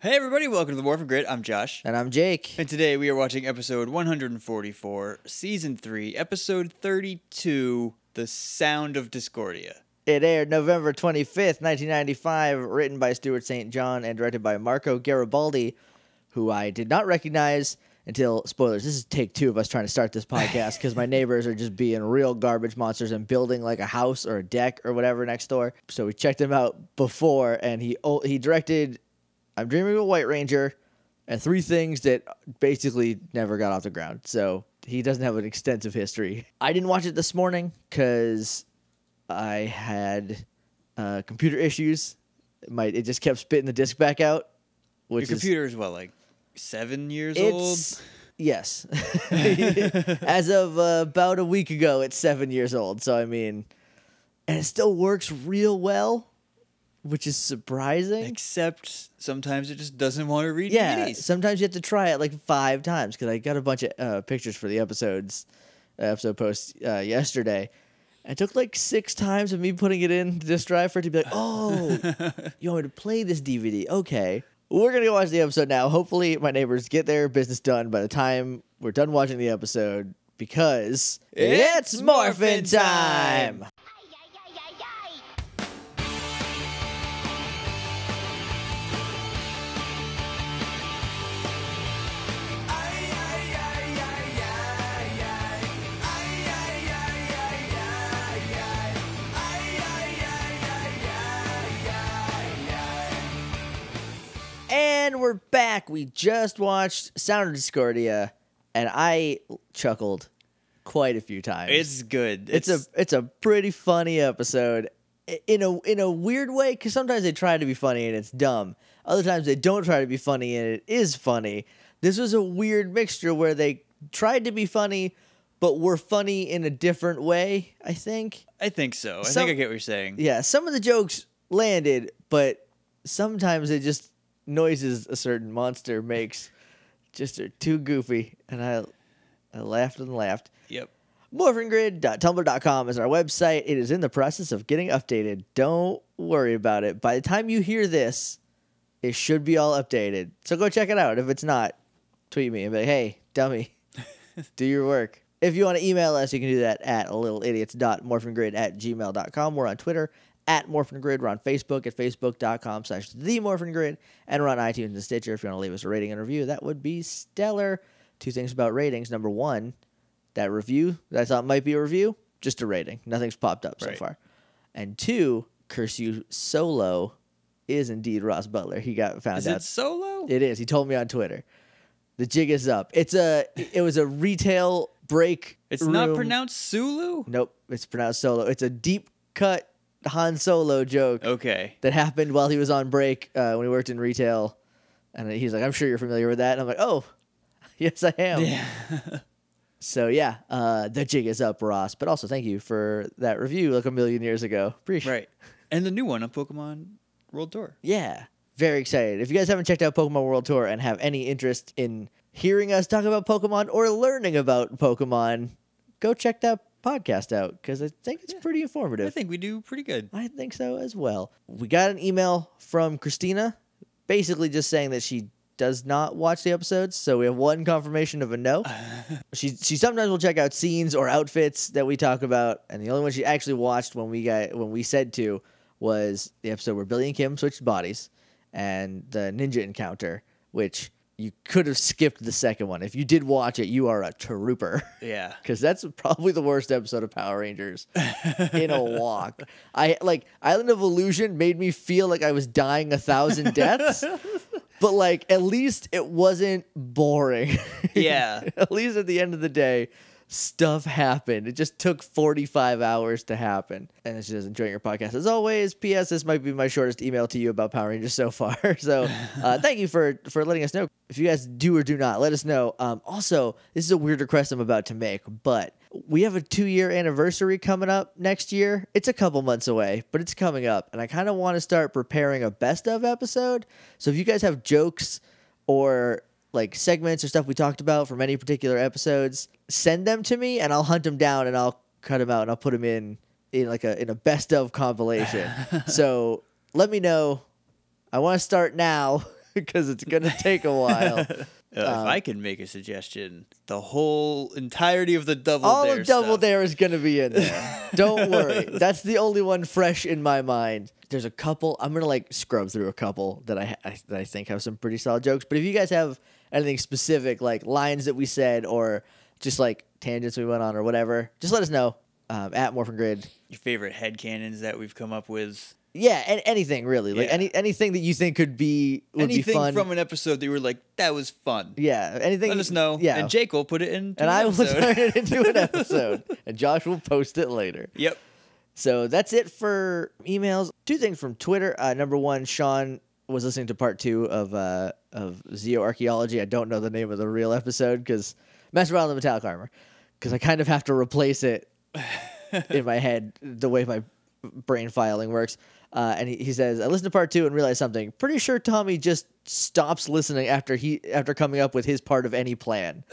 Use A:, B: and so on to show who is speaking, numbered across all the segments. A: Hey everybody, welcome to the War for Grit. I'm Josh.
B: And I'm Jake.
A: And today we are watching episode 144, season 3, episode 32, The Sound of Discordia.
B: It aired November 25th, 1995, written by Stuart St. John and directed by Marco Garibaldi, who I did not recognize until spoilers. This is take two of us trying to start this podcast because my neighbors are just being real garbage monsters and building like a house or a deck or whatever next door. So we checked him out before, and he oh, he directed "I'm Dreaming of a White Ranger" and three things that basically never got off the ground. So he doesn't have an extensive history. I didn't watch it this morning because I had uh, computer issues. My it just kept spitting the disc back out,
A: Your
B: which is
A: computer is what, like seven years old?
B: it's yes. As of uh, about a week ago, it's seven years old. So I mean, and it still works real well, which is surprising.
A: Except sometimes it just doesn't want to read
B: Yeah,
A: DVDs.
B: sometimes you have to try it like five times because I got a bunch of uh, pictures for the episodes, uh, episode posts uh, yesterday. It took like six times of me putting it in the disk drive for it to be like, oh, you want me to play this DVD? Okay. We're going to go watch the episode now. Hopefully, my neighbors get their business done by the time we're done watching the episode because
A: It's
B: it's,
A: morphin'
B: morphin'
A: time.
B: time.
C: Ay, ay, ay, ay, ay.
B: And we're back. We just watched Sound of Discordia, and I chuckled quite a few times.
A: It's good.
B: it's a it's a pretty funny episode I- in a in a weird way because sometimes they try to be funny and it's dumb. Other times they don't try to be funny and it is funny. This was a weird mixture where they tried to be funny, but were funny in a different way. I think.
A: I think so. I
B: some-
A: think I get what you're saying.
B: Yeah, some of the jokes landed, but sometimes it just noises a certain monster makes just are too goofy, and I I laughed and laughed.
A: Yep.
B: Morphingrid.tumblr.com is our website. It is in the process of getting updated. Don't worry about it. By the time you hear this, it should be all updated. So go check it out. If it's not, tweet me and be like, hey, dummy, do your work. If you want to email us, you can do that at littleidiots.morphingrid at gmail.com. We're on Twitter at morphingrid. We're on Facebook at facebook.com slash the morphingrid. And we're on iTunes and Stitcher. If you want to leave us a rating and review, that would be stellar. Two things about ratings. Number one, that review that I thought might be a review, just a rating. Nothing's popped up
A: Right.
B: so far. And two, Curse You Solo is indeed Ross Butler. He got found
A: Is
B: out.
A: it solo?
B: It is. He told me on Twitter. The jig is up. It's a. It was a retail break.
A: It's not
B: room-
A: pronounced Sulu?
B: Nope. It's pronounced solo. It's a deep cut Han Solo joke
A: Okay.
B: that happened while he was on break uh, when he worked in retail, and he's like, "I'm sure you're familiar with that." And I'm like, "Oh, yes, I am."
A: Yeah.
B: So yeah, uh, the jig is up, Ross. But also, thank you for that review like a million years ago. Appreciate.
A: right. And the new one on Pokemon World Tour.
B: Yeah. Very excited. If you guys haven't checked out Pokemon World Tour and have any interest in hearing us talk about Pokemon or learning about Pokemon, go check that podcast out because I think it's pretty informative.
A: I think we do pretty good.
B: I think so as well. We got an email from Christina basically just saying that she does not watch the episodes, so we have one confirmation of a no. she she sometimes will check out scenes or outfits that we talk about, and the only one she actually watched when we got when we said to was the episode where Billy and Kim switched bodies and the ninja encounter, which you could have skipped the second one. If you did watch it, you are a trooper.
A: Yeah.
B: because that's probably the worst episode of Power Rangers in a walk. I like Island of Illusion made me feel like I was dying a thousand deaths, but like at least it wasn't boring.
A: Yeah.
B: at least at the end of the day, stuff happened. It just took 45 hours to happen. And it's just enjoying your podcast as always. P.S. This might be my shortest email to you about Power Rangers so far. so uh, thank you for for letting us know. If you guys do or do not, let us know. Um, also, this is a weird request I'm about to make, but we have a two year anniversary coming up next year. It's a couple months away, but it's coming up. And I kind of want to start preparing a best of episode. So if you guys have jokes or like segments or stuff we talked about from any particular episodes, send them to me and I'll hunt them down and I'll cut them out and I'll put them in in like a in a best of compilation. so let me know. I want to start now because it's going to take a while.
A: Uh,
B: Um,
A: if I can make a suggestion, the whole entirety of the Double
B: All
A: Dare
B: of Double
A: stuff.
B: Dare is going to be in there. Don't worry. That's the only one fresh in my mind. There's a couple. I'm going to like scrub through a couple that I, I that I think have some pretty solid jokes. But if you guys have anything specific, like lines that we said or just like tangents we went on or whatever, just let us know um, at Morphin Grid.
A: Your favorite headcanons that we've come up with.
B: Yeah, and anything really, like
A: Yeah.
B: any anything that you think could be would be
A: Anything
B: fun.
A: from an episode that you were like, that was fun.
B: yeah, anything.
A: Let us know.
B: Yeah,
A: And Jake will put it in.
B: and I will turn
A: episode.
B: it into an episode, and Josh will post it later.
A: yep.
B: So that's it for emails. Two things from Twitter. Uh, number one, Sean was listening to part two of uh, of Zeo Archaeology. I don't know the name of the real episode because Master Violin and the Metallic Armor, because I kind of have to replace it in my head the way my brain filing works. Uh, and he, he says, I listened to part two and realized something. Pretty sure Tommy just stops listening after he after coming up with his part of any plan.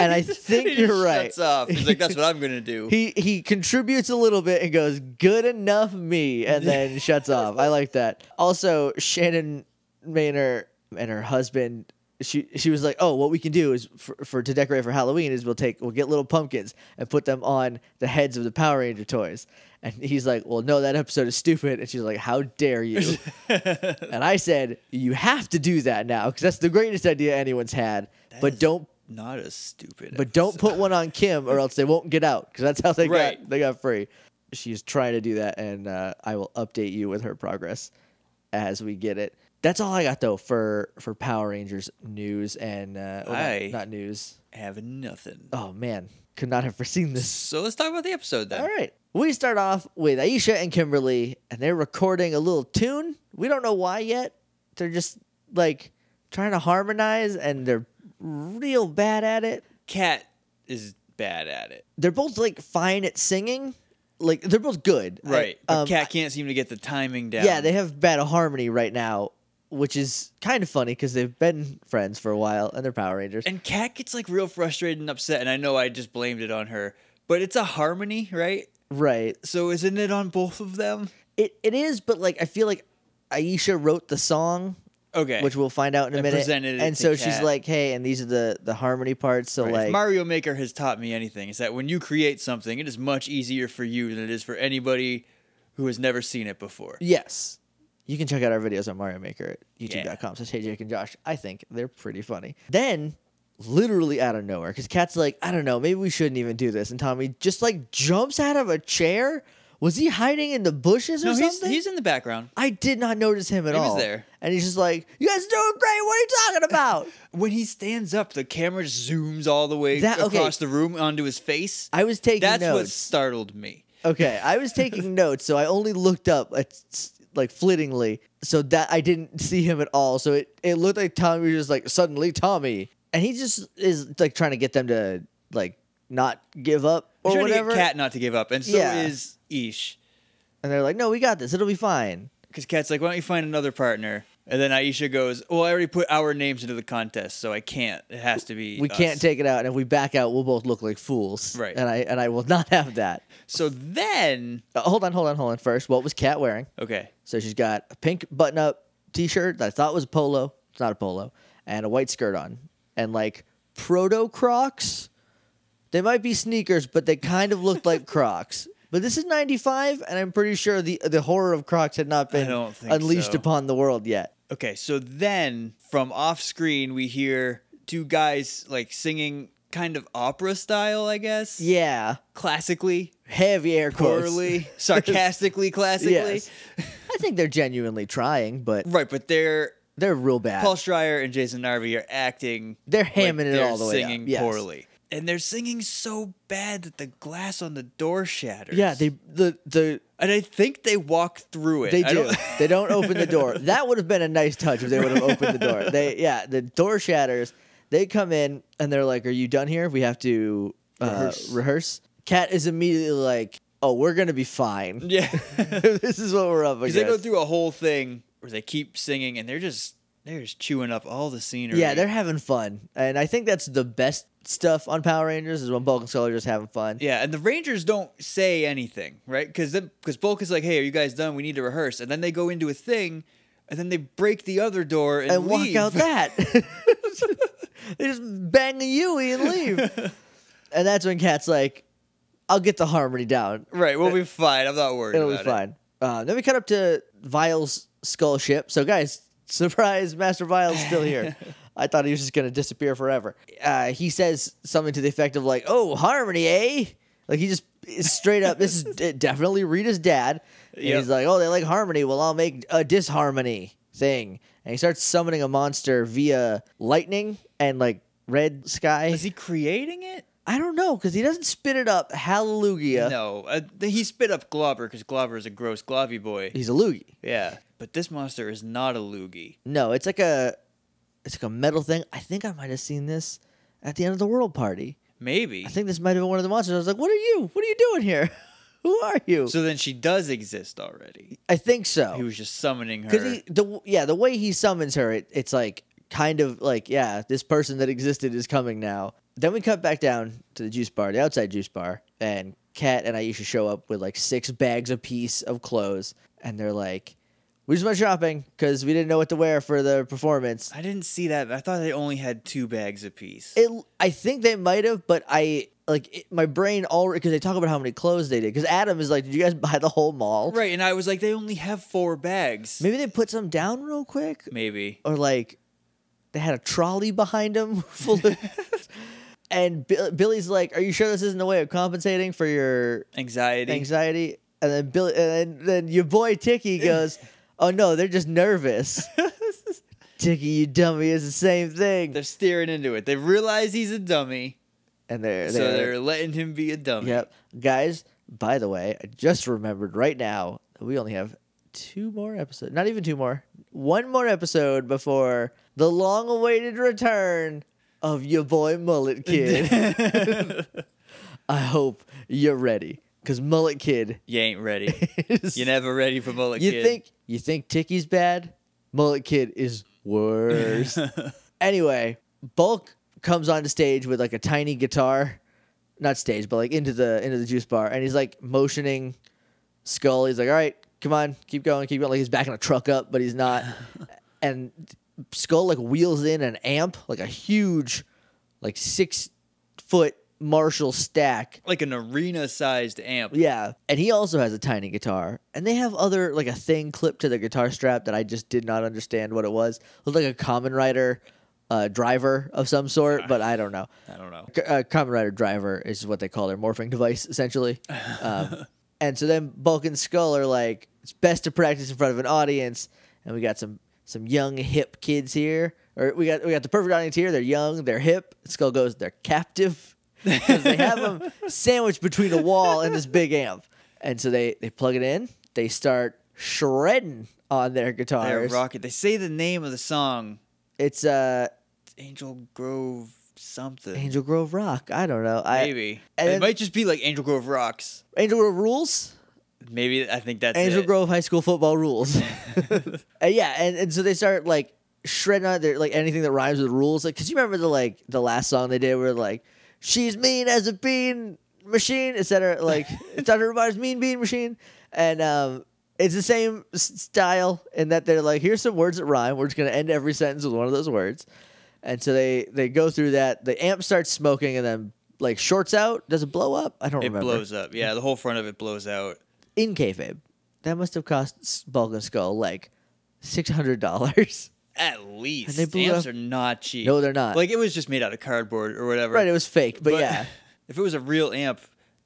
B: and I
A: He
B: think
A: just
B: you're right.
A: Shuts off. He's like, that's what I'm going to do.
B: He he contributes a little bit and goes, "Good enough, me," and then shuts off. I like that. Also, Shannon Maynor and her husband. She she was like, "Oh, what we can do is for, for to decorate for Halloween is we'll take we'll get little pumpkins and put them on the heads of the Power Ranger toys." And he's like, "Well, no, that episode is stupid." And she's like, "How dare you?" and I said, "You have to do that now because that's the greatest idea anyone's had." but
A: is-
B: don't
A: Not as stupid.
B: but don't put one on Kim or else they won't get out because that's how they
A: Right.
B: got they got free. She's trying to do that, and uh, I will update you with her progress as we get it. That's all I got though for for Power Rangers news and uh, well, not-
A: I-
B: not, news.
A: have nothing.
B: Oh man, could not have foreseen this.
A: So let's talk about the episode then.
B: All right, we start off with Aisha and Kimberly, and they're recording a little tune. We don't know why yet. They're just like trying to harmonize, and they're real bad at it.
A: Cat is bad at it.
B: they're both like fine at singing. Like they're both good. I-
A: Right. But
B: um,
A: Cat can't seem to get the timing down.
B: yeah, they have bad harmony right now, which is kind of funny because they've been friends for a while and they're Power Rangers.
A: And Kat gets like real frustrated and upset, and I know I just blamed it on her, but it's a harmony, right?
B: right.
A: So isn't it on both of them?
B: It it is, but like I feel like Aisha wrote the song,
A: Okay.
B: which we'll find out in a
A: And
B: minute.
A: presented it
B: and
A: to
B: so she's
A: Kat.
B: like, "Hey, and these are the the harmony parts." So
A: Right.
B: like,
A: if Mario Maker has taught me anything, is that when you create something, it is much easier for you than it is for anybody who has never seen it before.
B: Yes. You can check out our videos on Mario Maker at
A: Yeah.
B: youtube.com slash hey Jake and Josh. I think they're pretty funny. Then, literally out of nowhere, because Kat's like, I don't know, maybe we shouldn't even do this. And Tommy just like jumps out of a chair. Was he hiding in the bushes or
A: No, he's,
B: something?
A: he's in the background.
B: I did not notice him at
A: He was
B: all.
A: there.
B: And he's just like, You guys are doing great. What are you talking about?
A: When he stands up, the camera zooms all the way
B: That- okay.
A: across the room onto his face.
B: I was taking
A: That's what
B: notes.
A: startled me.
B: Okay, I was taking notes, so I only looked up at, s- like flittingly, so that I didn't see him at all. So it, it looked like Tommy was just like suddenly Tommy, and he just is like trying to get them to like not give up
A: I'm
B: or
A: trying
B: whatever.
A: to get Kat not to give up, and so
B: Yeah.
A: is Ish.
B: and they're like, "No, we got this. It'll be fine."
A: Because Kat's like, why don't you find another partner? And then Aisha goes, well, I already put our names into the contest, so I can't. It has to be.
B: We
A: us."
B: can't take it out, and if we back out, we'll both look like fools.
A: Right.
B: And I and I will not have that.
A: So then,
B: Uh, hold on, hold on, hold on. First, what was Kat wearing?
A: okay,
B: So she's got a pink button up t shirt that I thought was a polo. It's not a polo. And a white skirt on. And like proto Crocs. They might be sneakers, but they kind of looked like Crocs. But this is 95, and I'm pretty sure the, the horror of Crocs had not been
A: don't think
B: unleashed
A: so.
B: upon the world yet.
A: okay. So then, from off screen, we hear two guys like singing kind of opera style, I guess.
B: Yeah.
A: Classically,
B: Heavy air quotes.
A: poorly, sarcastically, classically.
B: Yes. I think they're genuinely trying, but
A: Right, but they're
B: they're real bad.
A: Paul Schreier and Jason Narvi are acting.
B: They're
A: like
B: hamming it
A: they're
B: all the way up.
A: Singing
B: Yes.
A: poorly. And they're singing so bad that the glass on the door shatters.
B: Yeah, they the the
A: And I think they walk through it.
B: They
A: I
B: do.
A: don't-
B: they don't open the door. That would have been a nice touch if they would have opened the door. They yeah, the door shatters. They come in and they're like, "Are you done here? We have to uh,
A: Rehearse.
B: rehearse." Cat is immediately like, "Oh, we're gonna be fine.
A: yeah.
B: this is what we're up
A: Because
B: against."
A: they go through a whole thing where they keep singing and they're just they're just chewing up all the scenery.
B: yeah, they're having fun, and I think that's the best stuff on Power Rangers is when Bulk and Skull are just having fun.
A: yeah, and the Rangers don't say anything, right? Because because Bulk is like, "Hey, are you guys done? We need to rehearse." And then they go into a thing and then they break the other door and,
B: and walk
A: leave.
B: out that. they just bang a Yui and leave. and that's when Cat's like, I'll get the harmony down.
A: Right, we'll be fine. I'm not worried.
B: It'll be
A: about it.
B: fine. Uh, then we cut up to Vile's skull ship. So, guys, surprise, Master Vile's still here. I thought he was just going to disappear forever. Uh, he says something to the effect of, like, oh, Harmony, eh? Like, he just straight up, this is d- definitely Rita's dad. And
A: Yep.
B: He's like, oh, they like harmony. Well, I'll make a disharmony thing. And he starts summoning a monster via lightning and, like, red sky.
A: Is he creating it?
B: I don't know, because he doesn't spit it up. Hallelujah.
A: No, uh, th- he spit up Globber because Globber is a gross globby boy.
B: He's a loogie.
A: Yeah, but this monster is not a loogie.
B: No, it's like a it's like a metal thing. I think I might have seen this at the end of the world party.
A: Maybe.
B: I think this might have been one of the monsters. I was like, "What are you? What are you doing here? Who are you?"
A: So then she does exist already.
B: I think
A: He
B: so.
A: was just summoning her.
B: Cuz he the yeah, the way he summons her, it, it's like kind of like, yeah, this person that existed is coming now. Then we cut back down to the juice bar, the outside juice bar, and Kat and Aisha show up with like six bags apiece of clothes, and they're like, "We just went shopping because we didn't know what to wear for the performance."
A: I didn't see that. I thought they only had two bags apiece.
B: It, I think they might have, but I like it, my brain already because they talk about how many clothes they did. Because Adam is like, "Did you guys buy the whole mall?"
A: right, and I was like, they only have four bags.
B: Maybe they put some down real quick,
A: Maybe.
B: or like they had a trolley behind them full of. and Bill, Billy's like, "Are you sure this isn't a way of compensating for your
A: Anxiety.
B: anxiety?" And then Billy, and then, then your boy Tiki goes, "Oh no, they're just nervous." Tiki, you dummy, is the same thing.
A: They're steering into it. They realize he's a dummy,
B: and they're,
A: so
B: they're
A: they're letting him be a dummy.
B: Yep. Guys, by the way, I just remembered right now that we only have two more episodes. Not even two more. One more episode before the long awaited return of your boy Mullet Kid. I hope you're ready. Cause Mullet Kid
A: you ain't ready.
B: is
A: You're never ready for Mullet
B: you
A: Kid.
B: think you think Ticky's bad? Mullet Kid is worse. anyway, Bulk comes onto stage with like a tiny guitar, not stage, but like into the into the juice bar, and he's like motioning Skull. He's like, "All right, come on, keep going, keep going." Like he's backing a truck up, but he's not. and Skull like wheels in an amp, like a huge, like six foot Marshall stack
A: like an arena-sized amp.
B: yeah. And he also has a tiny guitar. And they have other, like a thing clipped to the guitar strap that I just did not understand what it was. Looked like a Common Rider uh, driver of some sort, but I don't know.
A: I don't know.
B: C- uh, Common Rider driver is what they call their morphing device, essentially. Um, and so then Bulk and Skull are like, it's best to practice in front of an audience. And we got some some young hip kids here, or we got we got the perfect audience here. They're young, they're hip. Skull goes, they're captive because they have them sandwiched between a wall and this big amp. And so they they plug it in, they start shredding on their
A: They're
B: guitars.
A: rocket. They say the name of the song,
B: it's uh
A: Angel Grove something.
B: Angel Grove Rock. I don't know. I,
A: Maybe.
B: and
A: it
B: then-
A: might just be like Angel Grove Rocks.
B: Angel Grove rules.
A: Maybe I think that's
B: Angel
A: it.
B: Grove High School football rules. And yeah, and, and so they start like shredding out their like anything that rhymes with rules. Like, cause you remember the like the last song they did where like she's mean as a bean machine, etc. Like it's Dr. Everybody's mean bean machine, and um, it's the same s- style in that they're like here's some words that rhyme. We're just gonna end every sentence with one of those words, and so they they go through that. The amp starts smoking, and then like shorts out. Does it blow up? I don't
A: It
B: remember
A: blows up. Yeah, the whole front of it blows out.
B: in kayfabe, that must have cost S- Bulk and Skull like six hundred dollars.
A: At least.
B: they blew it
A: Amps
B: up-
A: are not cheap.
B: No, they're not.
A: Like it was just made out of cardboard or whatever.
B: right, it was fake, but, yeah,
A: If it was a real amp,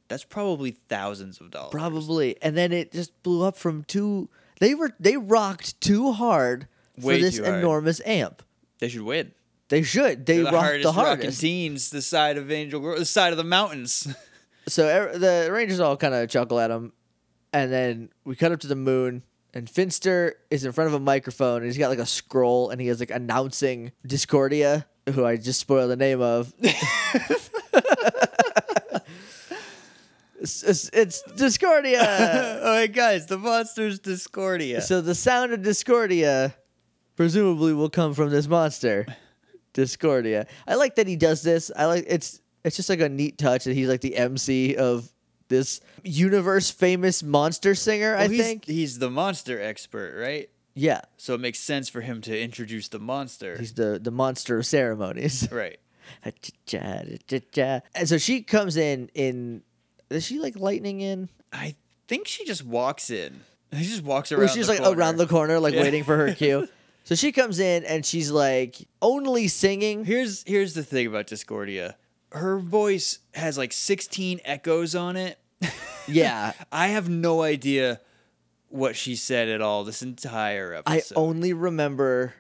A: that's probably thousands of dollars.
B: probably. And then it just blew up from two. They were they rocked too hard
A: Way
B: for this
A: too hard.
B: enormous amp.
A: They should win.
B: They should. They
A: They're the
B: rocked
A: hardest,
B: the
A: rocking
B: hardest.
A: teams, the side of Angel Grove, the side of the mountains.
B: So er, the Rangers all kind of chuckle at him, and then we cut up to the moon. And Finster is in front of a microphone, and he's got like a scroll, and he is like announcing Discordia, who I just spoiled the name of. it's, it's, it's Discordia.
A: oh, hey guys, the monster's Discordia.
B: Uh, So the sound of Discordia presumably will come from this monster. Discordia. I like that he does this. I like it's it's just like a neat touch that he's like the MC of this universe famous monster singer, I
A: Well, Oh, he's-
B: think.
A: he's the monster expert, right?
B: Yeah,
A: So it makes sense for him to introduce the monster.
B: he's the the monster of ceremonies.
A: right.
B: and so she comes in in is she like lightning in?
A: I think she just walks in. She just walks around.
B: Where she's
A: the
B: like
A: corner.
B: around the corner, like
A: Yeah.
B: waiting for her cue. so she comes in and she's like only singing.
A: Here's here's the thing about Discordia. Her voice has like 16 echoes on it.
B: Yeah.
A: I have no idea what she said at all this entire
B: I oh,
A: episode.
B: only remember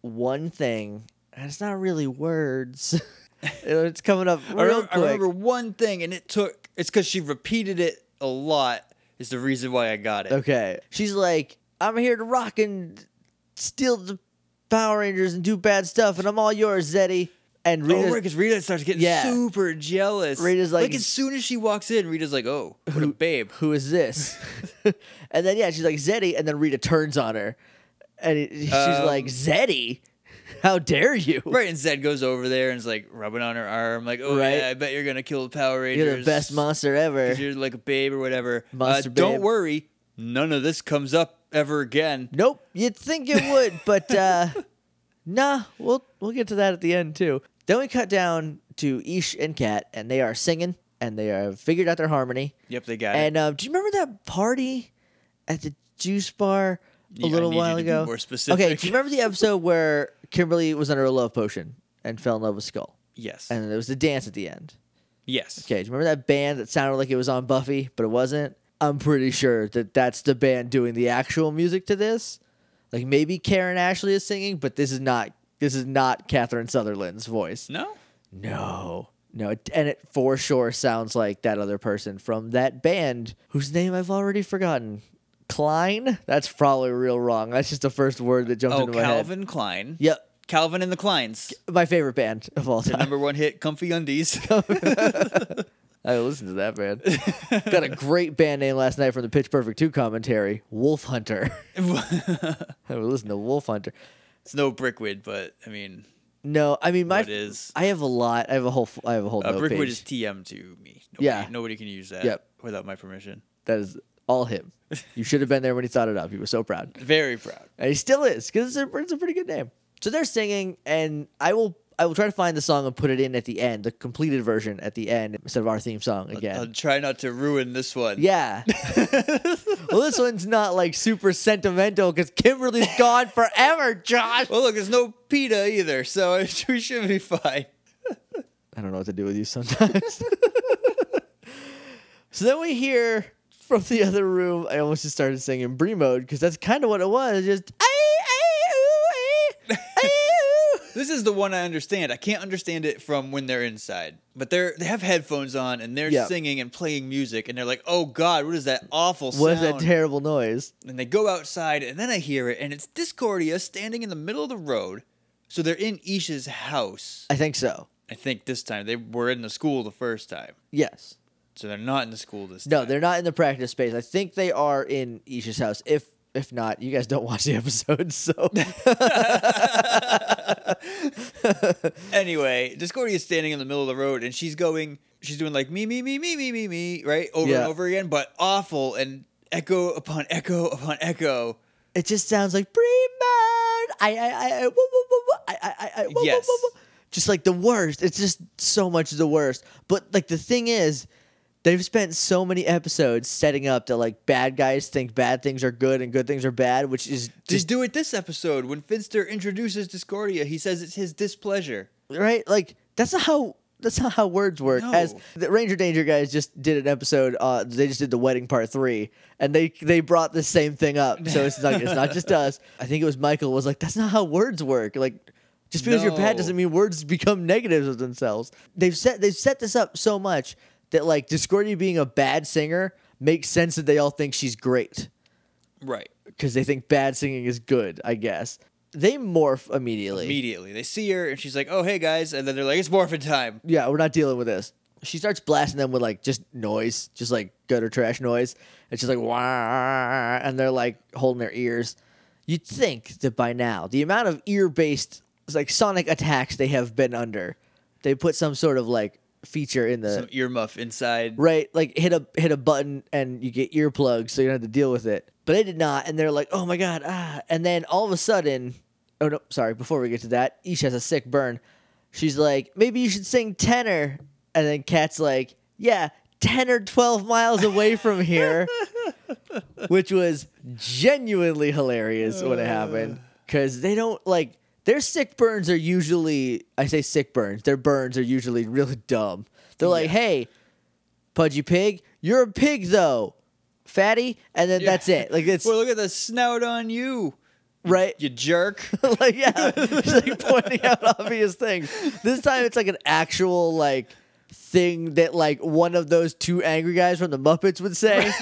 B: one thing, and it's not really words. it's coming up real
A: I remember,
B: quick.
A: I remember one thing, and it took. It's because she repeated it a lot. Is the reason why I got it.
B: Okay. She's like, I'm here to rock and steal the Power Rangers and do bad stuff, and I'm all yours, Zeddy. And
A: Rita,
B: Rita,
A: because Rita starts getting
B: Yeah.
A: super jealous.
B: Rita's like-
A: as soon as she walks in, Rita's like, "Oh, what a babe."
B: who is this? and then, yeah, she's like, Zeddy. And then Rita turns on her. And it- she's
A: Um,
B: like, Zeddy? How dare you?
A: Right, and Zed goes over there and is like rubbing on her arm, like, "Oh
B: Right.
A: yeah, I bet you're gonna kill the Power Rangers.
B: You're the best monster ever.
A: 'cause You're like a babe or whatever." Uh,
B: Monster babe.
A: Don't worry, none of this comes up ever again.
B: Nope, you'd think it would, but uh, nah. We'll we'll get to that at the end too. Then we cut down to Ish and Kat, and they are singing, and they have figured out their harmony.
A: Yep, they got it.
B: And um, do you remember that party at the juice bar a
A: Yeah, I
B: little
A: need you
B: while
A: to be
B: ago?
A: more
B: Okay,
A: specific.
B: do you remember the episode where Kimberly was under a love potion and fell in love with Skull,
A: Yes,
B: and there was the dance at the end?
A: yes.
B: Okay, do you remember that band that sounded like it was on Buffy, but it wasn't? I'm pretty sure that that's the band doing the actual music to this. Like maybe Karen Ashley is singing, but this is not this is not Catherine Sutherland's voice.
A: No,
B: No, no, it- and it for sure sounds like that other person from that band whose name I've already forgotten. Klein. That's probably real wrong. That's just the first word that jumped
A: oh,
B: into my head.
A: Calvin Klein.
B: Yep,
A: Calvin and the Kleins.
B: my favorite band of all
A: Their
B: time.
A: number one hit, Comfy Undies.
B: I listened to that band. Got a great band name last night from the Pitch Perfect 2 commentary, Wolf Hunter.
A: it's
B: I would listen to Wolf Hunter.
A: no Brickwood, but I mean,
B: No, I mean my
A: What is-
B: I have a lot. I have a whole f- I have a whole
A: uh,
B: note
A: Brickwood
B: page.
A: is TM to me. Nobody,
B: Yeah.
A: Nobody can use that
B: Yep.
A: without my permission.
B: That is all him. You should have been there when he thought it up. He was so proud.
A: Very proud.
B: And he still is because it's a, it's a pretty good name. So they're singing, and I will I will try to find the song and put it in at the end, the completed version at the end instead of our theme song again.
A: I'll try not to ruin this one.
B: Yeah. well, this one's not like super sentimental because Kimberly's gone forever, Josh.
A: Well, look, there's no PETA either, so we should be fine.
B: I don't know what to do with you sometimes. so then we hear from the other room. I almost just started singing Brie mode because that's kind of what it was. Just "Ay, ay, ooh, ay, ay, ooh."
A: This is the one I understand. I can't understand it from when they're inside, but they're they have headphones on and they're
B: Yeah.
A: singing and playing music, and they're like, "Oh God, what is that awful
B: What is
A: sound?"
B: that terrible noise?
A: and they go outside and then i hear it and it's discordia standing in the middle of the road so they're in isha's house
B: I think so.
A: i think this time they were in the school the first time
B: Yes.
A: so they're not in the school this
B: No,
A: time
B: they're not in the practice space. I think they are in Isha's house. If if not, you guys don't watch the episode, so
A: anyway discordia is standing in the middle of the road and she's going she's doing like me me me me me me me right over
B: Yeah.
A: and over again but awful and echo upon echo upon echo
B: It just sounds like Breedman. I I I I woo, woo, woo, woo. I I I, I woo, woo,
A: Yes.
B: woo, woo. Just like the worst. It's just so much the worst. But like the thing is, they've spent so many episodes setting up that like bad guys think bad things are good and good things are bad, which is
A: just
B: just
A: do it this episode when finster introduces discordia he says it's his displeasure
B: right. Like that's not how that's not how words work.
A: No.
B: As the Ranger Danger guys just did an episode. Uh, they just did the wedding part three, and they they brought the same thing up. So it's like it's not just us. I think it was Michael was like, "That's not how words work." Like, just because you're bad
A: No.
B: doesn't mean words become negatives of themselves. They've set they've set this up so much that like Discordia being a bad singer makes sense that they all think she's great
A: right
B: because they think bad singing is good. I guess they morph immediately.
A: immediately they see her and she's like oh hey guys and then they're like it's morphin time
B: yeah, we're not dealing with this. She starts blasting them with like just noise, just like gutter trash noise, and she's like, Wah, and they're like holding their ears. You'd think that by now, the amount of ear based like sonic attacks they have been under, they put some sort of like feature in the
A: Some earmuff inside.
B: right like hit a hit a button and you get earplugs so you don't have to deal with it but they did not and they're like oh my god ah and then all of a sudden oh no sorry before we get to that Ish has a sick burn she's like maybe you should sing tenor and then Kat's like yeah 10 or 12 miles away from here which was genuinely hilarious when it happened
A: Uh.
B: because they don't like their sick burns are usually i say sick burns their burns are usually really dumb they're like hey pudgy pig you're a pig though fatty and then
A: Yeah.
B: that's it like it's
A: Well, look at the snout on you,
B: right
A: you jerk.
B: like yeah just like pointing out obvious things this time it's like an actual like thing that like one of those two angry guys from the muppets would say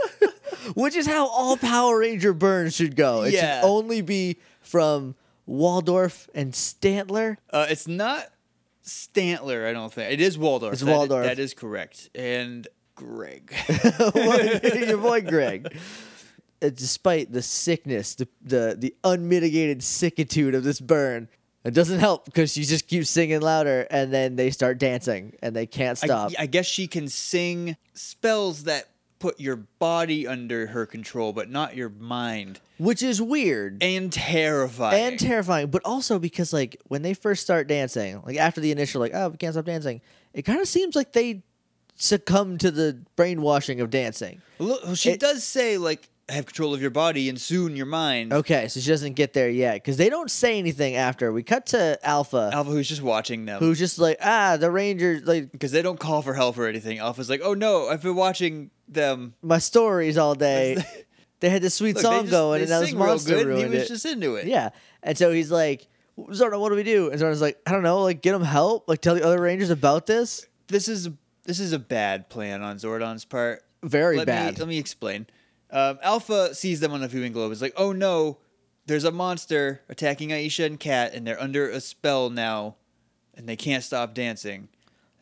B: which is how all power ranger burns should go it
A: Yeah.
B: should only be from waldorf and stantler
A: Uh, it's not Stantler, I don't think. It is Waldorf.
B: It's
A: That-
B: Waldorf.
A: that is correct. And Greg.
B: your boy greg Uh, despite the sickness the, the the unmitigated sickitude of this burn it doesn't help because she just keeps singing louder and then they start dancing and they can't stop
A: I, I guess she can sing spells that put your body under her control, but not your mind.
B: which is weird
A: And terrifying.
B: and terrifying, but also because like when they first start dancing, like after the initial like oh we can't stop dancing, it kind of seems like they succumb to the brainwashing of dancing.
A: Look, she
B: It-
A: does say like have control of your body and soon your mind.
B: Okay, so she doesn't get there yet because they don't say anything after. We cut to Alpha,
A: Alpha, who's just watching them,
B: who's just like ah the Rangers like
A: because they don't call for help or anything. Alpha's like, "Oh no, I've been watching them."
B: my stories all day. they had this sweet
A: Look,
B: song
A: they just,
B: going,
A: they
B: and that was
A: sing real
B: monster
A: good, and
B: ruined
A: He was
B: it.
A: just into it.
B: Yeah. And so he's like, Zorna, what do we do? And Zorna's like, I don't know, like get him help, like tell the other Rangers about this.
A: this is this is a bad plan on Zordon's part.
B: Very
A: let
B: bad.
A: Me, let me explain. Um, Alpha sees them on a viewing globe. It's like, oh no, there's a monster attacking Aisha and Kat, and they're under a spell now, and they can't stop dancing.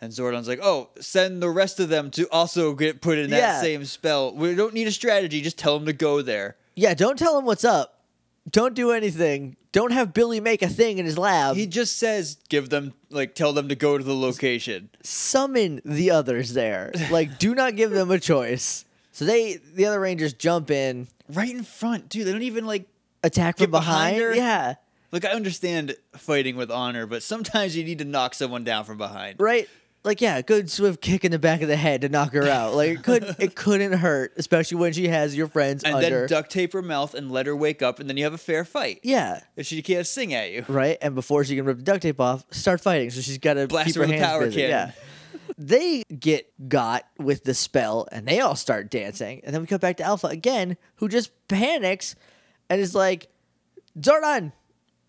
A: And Zordon's like, oh, send the rest of them to also get put in that
B: Yeah.
A: same spell. We don't need a strategy. Just tell them to go there.
B: Yeah, don't tell him what's up. Don't do anything. Don't have Billy make a thing in his lab.
A: He just says, give them, like, tell them to go to the location.
B: Summon the others there. Like, do not give them a choice. So they, the other Rangers, jump in,
A: Right in front, dude. They don't even, like,
B: attack from
A: Get behind
B: behind.
A: her?
B: Yeah,
A: Look, I understand fighting with honor, but sometimes you need to knock someone down from behind.
B: right. Like, yeah, good swift kick in the back of the head to knock her out. Like, it could it couldn't hurt, especially when she has your friends
A: And
B: under.
A: then duct tape her mouth and let her wake up, and then you have a fair fight.
B: yeah,
A: If she can't sing at you.
B: right? And before she can rip the duct tape off, start fighting. So she's got to
A: Blast
B: keep
A: her
B: her
A: with a
B: hands
A: power
B: busy.
A: cannon.
B: Yeah. They get got with the spell, and they all start dancing. And then we come back to Alpha again, who just panics and is like, "Zordon,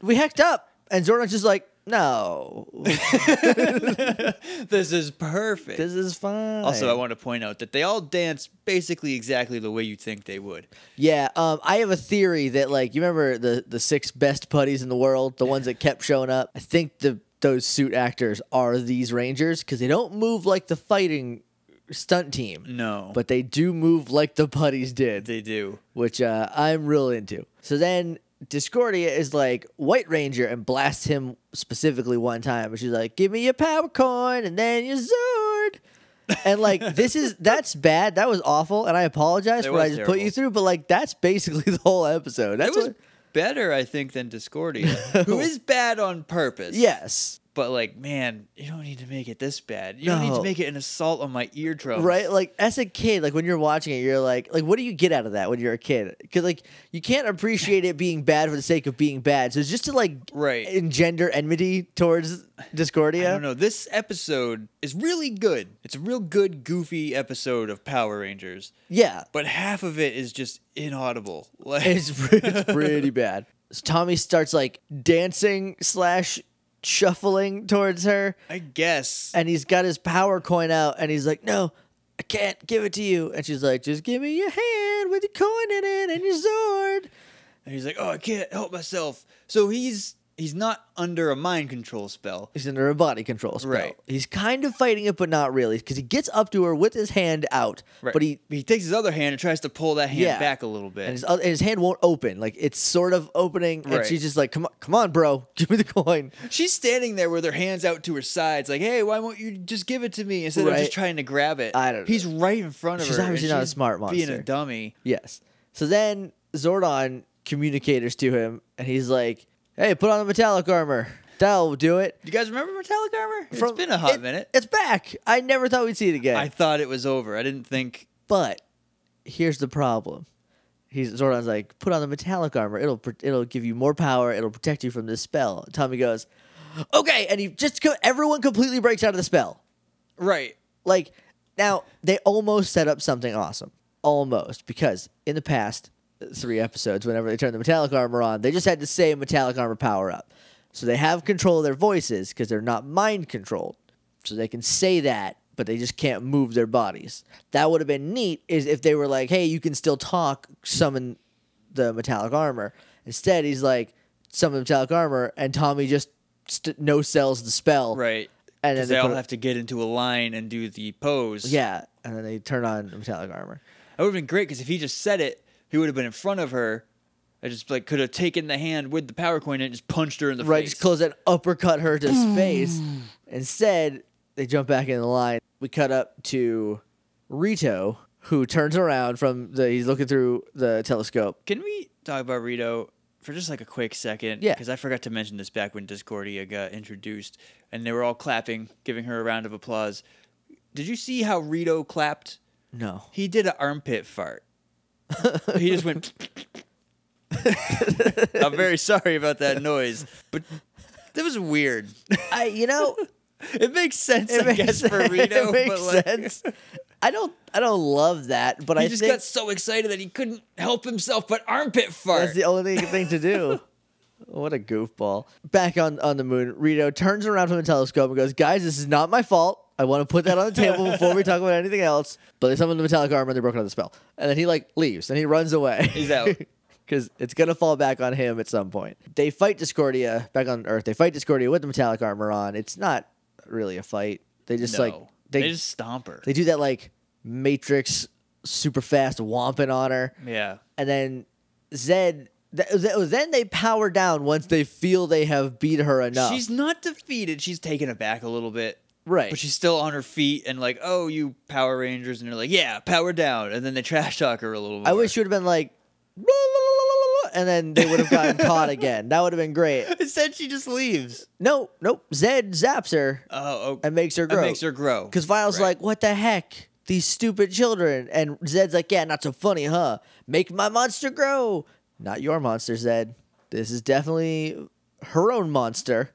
B: we hecked up." And Zordon's just like, "No,
A: This is perfect.
B: this is fine."
A: also, I want to point out that they all dance basically exactly the way you think they would.
B: Yeah, um, I have a theory that like you remember the the six best putties in the world, the ones that kept showing up. I think the those suit actors are these rangers because they don't move like the fighting stunt team.
A: No.
B: but they do move like the putties did,
A: they do.
B: which uh, I'm real into. So then Discordia is like White Ranger and blasts him specifically one time, and she's like, "Give me your power coin and then your Zord." and like this is that's bad. That was awful, and I apologize
A: That
B: for what I
A: was
B: just put you
A: terrible.
B: through. But like that's basically the whole episode. That's
A: it was
B: what,
A: better, I think, than Discordia, who is bad on purpose.
B: yes,
A: But, like, man, you don't need to make it this bad. You don't need
B: No.
A: to make it an assault on my eardrums.
B: right. Like as a kid, like when you're watching it, you're like, like what do you get out of that when you're a kid? Because like you can't appreciate it being bad for the sake of being bad. So it's just to like
A: Right.
B: engender enmity towards Discordia.
A: I don't know. This episode is really good. It's a real good, goofy episode of Power Rangers,
B: Yeah,
A: but half of it is just inaudible. Like,
B: it's, pre- it's pretty bad. So Tommy starts like dancing slash shuffling towards her,
A: I guess.
B: and he's got his power coin out, and he's like, "No, I can't give it to you." And she's like, "Just give me your hand with your coin in it and your sword."
A: And he's like, "Oh, I can't help myself." So he's he's not under a mind control spell.
B: He's under a body control spell.
A: Right.
B: He's kind of fighting it, but not really, because he gets up to her with his hand out,
A: Right.
B: but he
A: he takes his other hand and tries to pull that hand
B: Yeah.
A: back a little bit.
B: and his, oth- and his hand won't open. Like it's sort of opening, and
A: Right.
B: she's just like, "Come on, come on, bro, give me the coin."
A: She's standing there with her hands out to her sides, like, "Hey, why won't you just give it to me instead of
B: Right.
A: just trying to grab it?"
B: I don't
A: He's right in front of
B: She's
A: her. and
B: obviously not a smart
A: Being a
B: monster.
A: dummy.
B: Yes. So then Zordon communicators to him, and he's like, "Hey, put on the metallic armor. That'll do it."
A: Do you guys remember metallic armor?
B: From-
A: it's been a hot
B: it-
A: minute.
B: It's back. I never thought we'd see it again.
A: I thought it was over. I didn't think.
B: But here's the problem. He's Zordon's like, put on the metallic armor. It'll pr- it'll give you more power. It'll protect you from this spell. Tommy goes, okay, and he just co- everyone completely breaks out of the spell.
A: Right.
B: Like now they almost set up something awesome, almost because in the past three episodes, whenever they turned the metallic armor on, they just had to say metallic armor power up. So they have control of their voices because they're not mind controlled, so they can say that, but they just can't move their bodies. That would have been neat is if they were like, hey, you can still talk, summon the metallic armor. Instead, he's like, summon the metallic armor, and Tommy just st- no sells the spell.
A: Right.
B: And then
A: Because
B: they
A: they all
B: put-
A: have to get into a line and do the pose.
B: Yeah, and then they turn on the metallic armor.
A: That would have been great because if he just said it, he would have been in front of her. I just like could have taken the hand with the power coin and just punched her in the
B: right,
A: face. Mm.
B: just close that uppercut her to space. Instead, they jump back in the line. We cut up to Rito, who turns around from the he's looking through the telescope.
A: Can we talk about Rito for just like a quick second?
B: Yeah.
A: Because I forgot to mention this back when Discordia got introduced and they were all clapping, giving her a round of applause. Did you see how Rito clapped?
B: No.
A: He did an armpit fart. he just went. I'm very sorry about that noise, but that was weird.
B: I you know
A: It makes sense,
B: it
A: I
B: makes,
A: guess, for
B: sense-
A: Rito.
B: it makes
A: but like,
B: sense. I don't I don't love that, but
A: He
B: I
A: just
B: think
A: got so excited that he couldn't help himself but armpit
B: That's
A: fart.
B: the only thing- thing to do. what a goofball. Back on, on the moon, Rito turns around from the telescope and goes, Guys, this is not my fault. I want to put that on the table before we talk about anything else. But they summoned the metallic armor and they broke out the spell. And then he like leaves and he runs away.
A: He's out.
B: Because it's gonna fall back on him at some point. They fight Discordia back on Earth. They fight Discordia with the metallic armor on. It's not really a fight. They just like
A: No.
B: they,
A: they just stomp her.
B: they do that like Matrix super fast womping on her
A: Yeah.
B: and then Zed. Th- th- then they power down once they feel they have beat her enough.
A: She's not defeated. She's taken aback a little bit.
B: right.
A: But she's still on her feet and like, oh, you Power Rangers. And they're like, yeah, power down. And then they trash talk her a little more.
B: I wish she would have been like, "Blah, blah, blah, blah, blah, blah," and then they would have gotten caught again. That would have been great.
A: Instead, she just leaves.
B: No, nope. Zed zaps her
A: Oh, oh.
B: and makes her
A: That
B: grow.
A: makes her grow.
B: Because Vile's
A: Right.
B: like, what the heck? These stupid children. And Zed's like, yeah, not so funny, huh? Make my monster grow. Not your monster, Zed. This is definitely her own monster,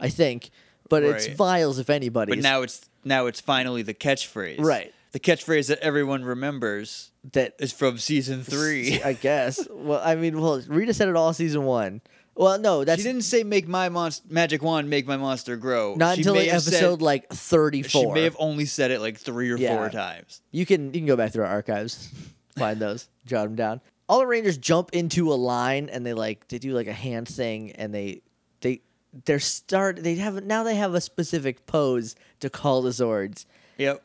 B: I think. But it's
A: Right.
B: Vile's, if anybody's.
A: But now it's now it's finally the catchphrase.
B: Right.
A: The catchphrase that everyone remembers
B: that
A: is from season three.
B: I guess. Well, I mean, well, Rita said it all season one. Well, no,
A: She
B: that's
A: didn't say "Make my monster magic wand, make my monster grow."
B: not
A: She
B: until
A: may
B: like
A: have said-
B: episode like
A: She
B: thirty-four.
A: may have only said it like three or
B: Yeah.
A: four times.
B: You can you can go back through our archives, find those, jot them down. All the Rangers jump into a line and they like they do like a hand thing and they they they're start they have now they have a specific pose to call the Zords.
A: Yep.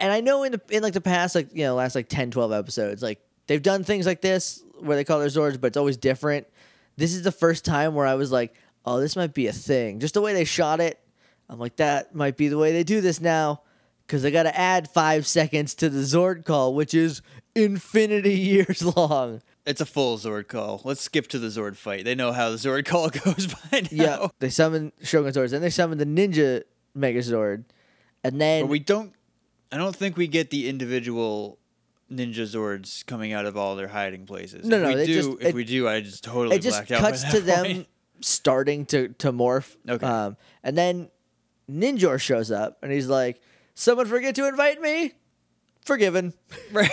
B: and I know in the in like the past like you know last like 10 12 episodes like they've done things like this where they call their zords but it's always different. This is the first time where I was like, "Oh, this might be a thing." Just the way they shot it, I'm like, "That might be the way they do this now." Because they got to add five seconds to the Zord call, which is infinity years long.
A: It's a full Zord call. Let's skip to the Zord fight. They know how the Zord call goes by now.
B: Yeah. They summon Shogun Zords, then they summon the Ninja Megazord. And then.
A: But we don't. I don't think we get the individual ninja zords coming out of all their hiding places.
B: No,
A: if
B: no,
A: We
B: they
A: do,
B: just-
A: if
B: it-
A: we do, I just totally
B: it just
A: blacked out. by
B: cuts
A: that
B: to them
A: point.
B: starting to to morph.
A: Okay.
B: Um, and then Ninjor shows up and he's like, "Someone forget to invite me." Forgiven,
A: Right.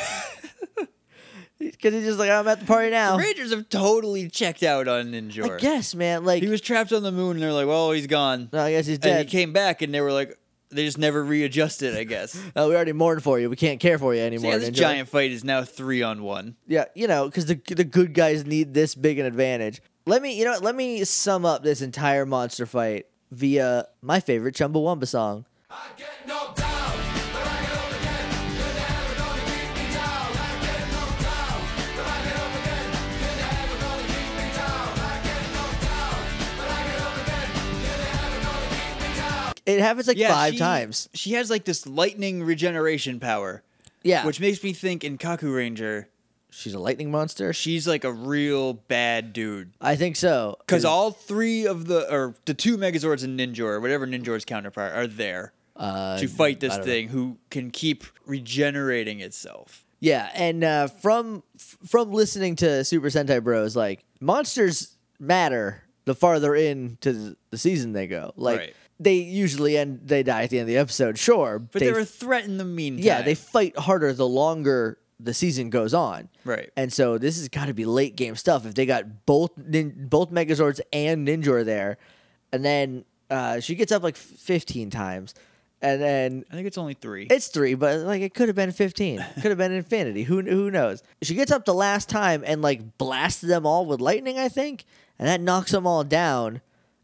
B: because he's just like, "I'm at the party now."
A: Rangers have totally checked out on
B: I
A: Ninjor.
B: guess, man. Like,
A: He was trapped on the moon, and they're like, "Well, he's gone."
B: no, I guess he's
A: and he
B: dead.
A: came back, and they were like, "They just never readjusted." I guess.
B: Oh, we already mourned for you. We can't care for you
A: So
B: anymore.
A: yeah, this
B: Ninjor."
A: giant fight is now three on one.
B: Yeah, you know, because the the good guys need this big an advantage. Let me, you know, what, let me sum up this entire monster fight via my favorite Chumbawamba song.
C: I get knocked down, but I get up again. You're never gonna keep me down. I get knocked down, but I get up again. You're never gonna keep me down. I get knocked down, but I get up again. You're never gonna keep me down.
B: It happens like
A: Yeah,
B: five
A: she-
B: times.
A: She has like this lightning regeneration power,
B: Yeah,
A: which makes me think in Kaku Ranger,
B: she's a lightning monster.
A: she's like a real bad dude.
B: I think so.
A: Because all three of the, or the two Megazords and Ninja, or whatever Ninja's counterpart, are there
B: uh,
A: to fight this
B: I don't know.
A: thing who can keep regenerating itself.
B: Yeah, and uh, from f- from listening to Super Sentai Bros, like monsters matter the farther into th- the season they go. Like
A: Right.
B: they usually end, they die at the end of the episode, sure,
A: But
B: they
A: they, are a threat in the meantime.
B: yeah, they fight harder the longer the season goes on.
A: Right.
B: And so this has got to be late game stuff. If they got both nin- both Megazords and Ninjor there, and then uh, she gets up like fifteen times, and then
A: I think it's only three.
B: it's three, but like it could have been fifteen, could have been infinity. Who who knows? She gets up the last time and like blasted them all with lightning, I think, and that knocks them all down.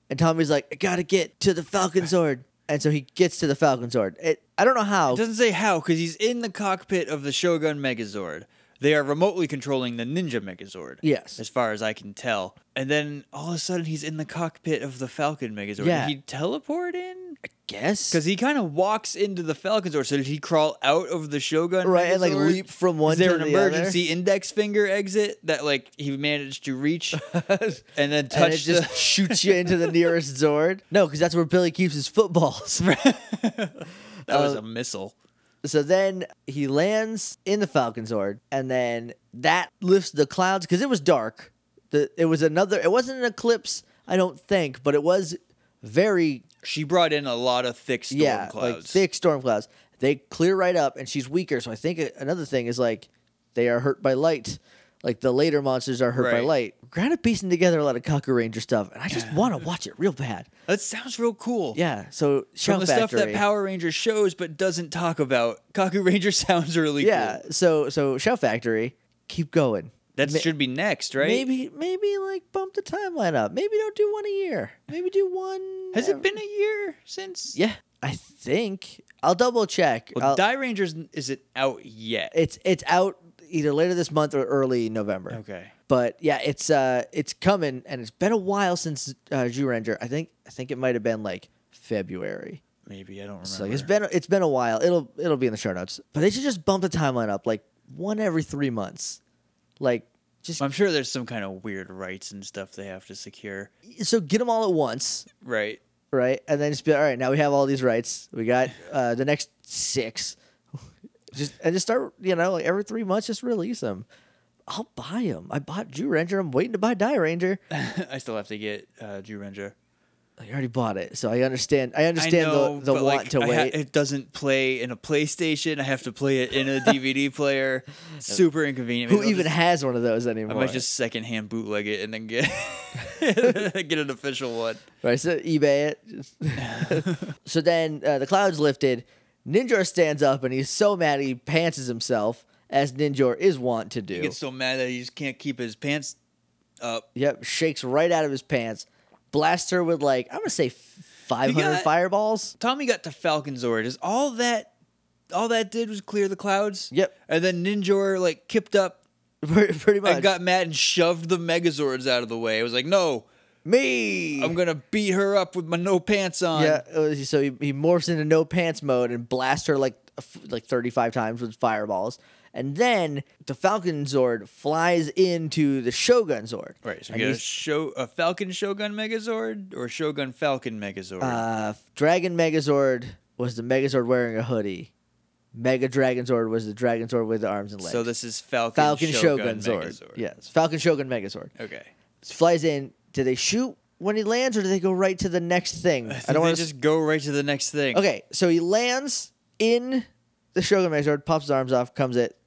B: And Tommy's like, I gotta get to the Falcon Sword, and so he gets to the Falcon Sword. It, I don't know how.
A: It doesn't say how because he's in the cockpit of the Shogun Megazord. They are remotely controlling the Ninja Megazord.
B: Yes.
A: as far as I can tell. And then all of a sudden he's in the cockpit of the Falcon Megazord.
B: Yeah.
A: Did he teleport in?
B: guess
A: Because he kind of walks into the Falcon Zord. So did he crawl out of the Shogun?
B: right and like
A: Megazord?
B: leap from one
A: Is there an
B: to the
A: emergency index finger exit that like he managed to reach
B: other.
A: and then touch
B: and it just shoots you into the nearest Zord. No, because that's where Billy keeps his footballs.
A: that was
B: Uh,
A: a missile.
B: So then he lands in the Falcon Zord, and then that lifts the clouds because it was dark. The it was another. It wasn't an eclipse, I don't think, but it was very
A: She brought in a lot of thick storm
B: yeah,
A: clouds.
B: like thick storm clouds. They clear right up, and she's weaker. So I think a- another thing is like they are hurt by light. Like the later monsters are hurt by
A: Right.
B: light. Kind of piecing together a lot of Cocker Ranger stuff, and I just want to watch it real bad.
A: That sounds real cool.
B: Yeah. So
A: From
B: Shout
A: the stuff
B: Factory.
A: that Power Ranger shows but doesn't talk about, Kaku Ranger sounds really
B: yeah.
A: cool.
B: So so Shout Factory. Keep going.
A: That
B: Ma-
A: should be next, right?
B: Maybe maybe like bump the timeline up. Maybe don't do one a year. Maybe do one.
A: Has it
B: ev-
A: been a year since?
B: Yeah, I think I'll double check.
A: Well,
B: I'll-
A: Die Rangers n- isn't out yet.
B: it's it's out either later this month or early November.
A: okay.
B: But yeah, it's uh it's coming, and it's been a while since uh, Jew Ranger. I think I think it might have been like February.
A: Maybe I don't remember.
B: So like, it's been it's been a while. It'll it'll be in the show notes. But they should just bump the timeline up like one every three months, like just
A: I'm sure there's some kind of weird rights and stuff they have to secure.
B: so get them all at once.
A: Right.
B: right? And then just be like, all right, now we have all these rights. We got uh, the next six. Just and just start, you know, like every three months, just release them. I'll buy them. I bought Jew Ranger. I'm waiting to buy Die Ranger.
A: I still have to get uh, Jew Ranger.
B: I already bought it, so I understand. I understand
A: I know,
B: the, the
A: but,
B: want
A: like,
B: to
A: I ha-
B: wait.
A: it doesn't play in a PlayStation. I have to play it in a DVD player. Super inconvenient.
B: Who
A: Maybe I'll
B: even
A: just-
B: has one of those
A: I
B: anymore?
A: might just secondhand bootleg it and then get get an official one.
B: right, so eBay it. so then uh, the clouds lifted. Ninjor stands up and he's so mad he pantses himself, as Ninjor is wont to do.
A: He gets so mad that he just can't keep his pants up.
B: Yep, shakes right out of his pants. Blasts her with like I'm gonna say 500
A: You got-
B: fireballs.
A: Tommy got to Falcon Zord. Is all that all that did was clear the clouds?
B: Yep.
A: And then Ninjor like kipped up
B: Pretty pretty much.
A: and got mad and shoved the Megazords out of the way. It was like, no,
B: me.
A: I'm gonna beat her up with my no pants on.
B: yeah. it was- So he, he morphs into no pants mode and blasts her like f- like 35 times with fireballs. And then the Falcon Zord flies into the Shogun Zord.
A: Right, so
B: And
A: we got a
B: he's-
A: show a Falcon Shogun Megazord or Shogun Falcon Megazord.
B: Uh, Dragon Megazord was the Megazord wearing a hoodie. Mega Dragon Zord was the Dragon Zord with the arms and legs.
A: so this is Falcon,
B: Falcon
A: Shogun,
B: Shogun, Zord.
A: Megazord.
B: Yes, Falcon Shogun Megazord.
A: Okay.
B: flies in. Do they shoot when he lands, or do they go right to the next thing?
A: I
B: I, don't
A: don't
B: want to.
A: just go right to the next thing.
B: Okay, so he lands in the Shogun Megazord, pops his arms off, comes it,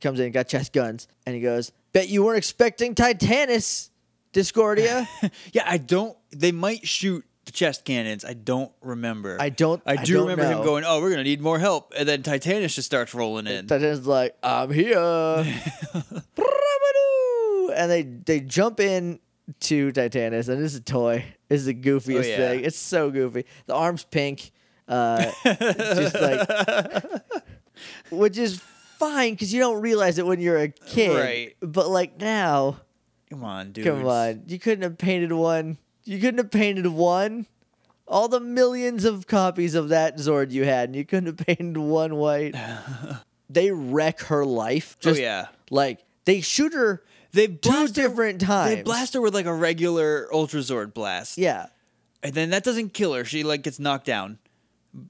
B: comes in, got chest guns, and he goes, "Bet you weren't expecting Titanus, Discordia."
A: yeah, I don't. They might shoot the chest cannons. I don't remember.
B: I don't-
A: I
B: I
A: do
B: don't
A: remember
B: know.
A: him going, "Oh, we're gonna need more help," and then Titanus just starts rolling in.
B: Titanus is like, "I'm here," Brabadoo! and they they jump in to Titanus, and this is a toy. This is the goofiest
A: Oh, yeah.
B: thing. It's so goofy. The arm's pink, uh, just like, which is fine because you don't realize it when you're a kid.
A: Right.
B: But like now,
A: Come on, Oh, dude.
B: come on, you couldn't have painted one. You couldn't have painted one. All the millions of copies of that Zord you had, and you couldn't have painted one white. they wreck her life.
A: Oh
B: Just
A: yeah.
B: like they shoot her
A: They
B: two
A: blast her-
B: different times.
A: They blast her with like a regular Ultra Zord blast.
B: Yeah.
A: And then that doesn't kill her. She like gets knocked down.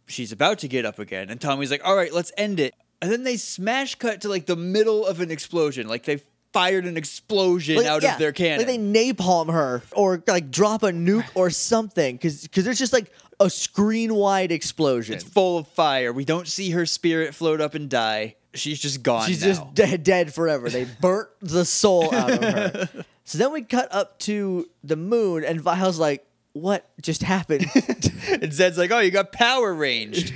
A: She's about to get up again, and Tommy's like, "All right, let's end it." And then they smash cut to like the middle of an explosion, like they fired an explosion out
B: yeah,
A: of their cannon.
B: Like they napalm her or like drop a nuke or something because there's just like a screen wide explosion.
A: it's full of fire. We don't see her spirit float up and die. She's just gone.
B: She's
A: now.
B: just dead, dead forever. They burnt the soul out of her. So then we cut up to the moon and Vile's like, what just happened?
A: and Zed's like, "Oh, you got power ranged."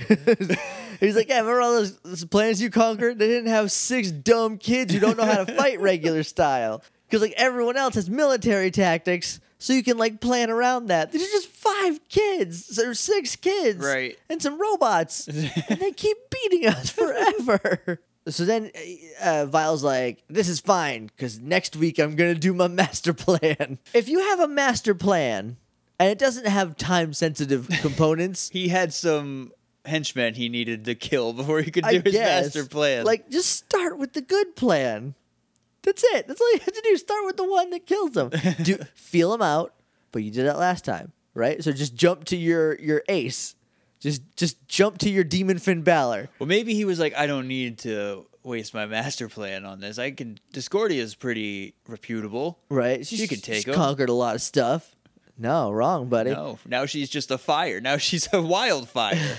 B: He's like, yeah, remember all those, those planets you conquered? They didn't have six dumb kids who don't know how to fight regular style. Because like everyone else has military tactics, so you can like plan around that. There's just five kids, or six kids,
A: Right.
B: And some robots, and they keep beating us forever. So then, uh, Vile's like, "This is fine, because next week I'm gonna do my master plan. If you have a master plan." And it doesn't have time sensitive components.
A: he had some henchmen he needed to kill before he could do
B: I
A: his
B: guess.
A: master plan.
B: Like, just start with the good plan. That's it. That's all you have to do. Start with the one that kills them. do feel them out, but you did that last time, right? So just jump to your your ace. Just just jump to your demon Finn Balor.
A: Well, maybe he was like, I don't need to waste my master plan on this. I can. Discordia is pretty reputable.
B: Right?
A: She could take
B: she's
A: 'em.
B: conquered a lot of stuff. No, wrong, buddy.
A: No, now she's just a fire. Now she's a wildfire.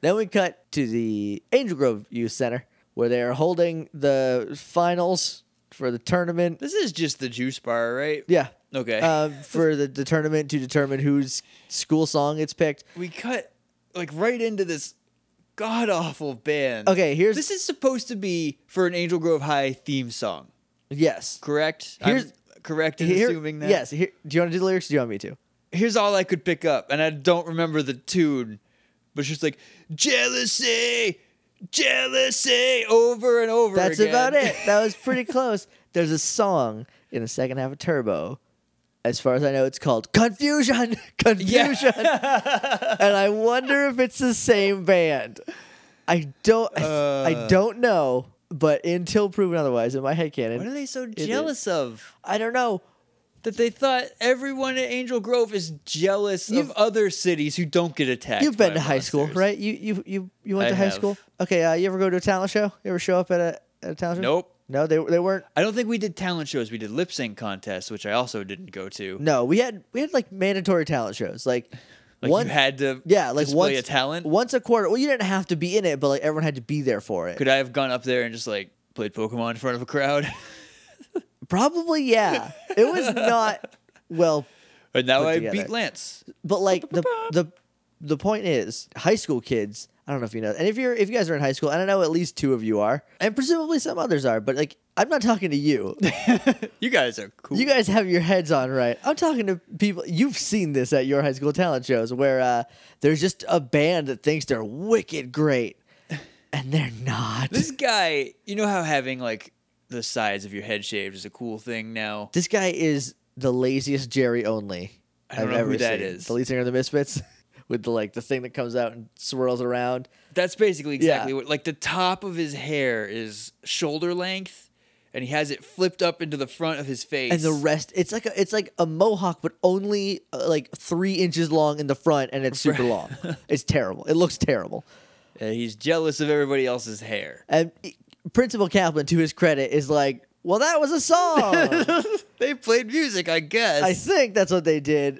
B: Then we cut to the Angel Grove Youth Center where they are holding the finals for the tournament.
A: this is just the juice bar, right?
B: Yeah.
A: Okay.
B: Um, for the, the tournament to determine whose school song it's picked.
A: we cut like right into this god awful band.
B: Okay, here's
A: This is supposed to be for an Angel Grove High theme song,
B: yes.
A: correct? I'm
B: Here's-
A: correct in
B: Here-
A: assuming that.
B: Yes. Here, do you want to do the lyrics? Or do you want me to?
A: here's all I could pick up, and I don't remember the tune, but it's just like jealousy, jealousy, over and over.
B: That's
A: again.
B: about it. That was pretty close. There's a song in the second half of Turbo. As far as I know, it's called Confusion. Confusion. and I wonder if it's the same band. I don't. I, I
A: Uh.
B: don't know. But until proven otherwise, in my head
A: What are
B: canon,
A: they so
B: is.
A: jealous of
B: I don't know.
A: that they thought everyone at Angel Grove is jealous of
B: You've-
A: other cities who don't get attacked?
B: You've been
A: by
B: to high school,
A: monsters?
B: right? You you you you went
A: I
B: to high
A: have.
B: school. Okay. Uh, you ever go to a talent show? You ever show up at a, at a talent show?
A: Nope.
B: No, they they weren't
A: I don't think we did talent shows. We did lip sync contests, which I also didn't go to.
B: No, we had we had like mandatory talent shows. Like,
A: Like
B: one
A: you had to,
B: yeah, like
A: display
B: once
A: a talent.
B: once a quarter. Well, you didn't have to be in it, but like everyone had to be there for it.
A: Could I have gone up there and just like played Pokemon in front of a crowd?
B: Probably yeah. it was not well,
A: and now
B: Put
A: I
B: together.
A: beat Lance.
B: but like the the the point is, high school kids. I don't know if you know, and if you're if you guys are in high school, and I know at least two of you are, and presumably some others are, but like I'm not talking to you.
A: You guys are cool.
B: You guys have your heads on right. I'm talking to people. You've seen this at your high school talent shows where uh, there's just a band that thinks they're wicked great, and they're not.
A: This
B: This,
A: guy, you know how having like the sides of your head shaved is a cool thing now.
B: guy is the laziest Jerry only
A: I don't
B: I've
A: know who
B: ever
A: that
B: seen.
A: is.
B: The lead singer of the Misfits, with the like the thing that comes out and swirls around.
A: That's basically
B: Yeah.
A: exactly what like the top of his hair is shoulder length and he has it flipped up into the front of his face.
B: and the rest it's like a, it's like a mohawk but only uh, like three inches long in the front and it's super long it's terrible it looks terrible
A: And he's jealous of everybody else's hair.
B: and eh, principal kaplan to his credit is like well that was a song
A: They played music, I guess.
B: i think that's what they did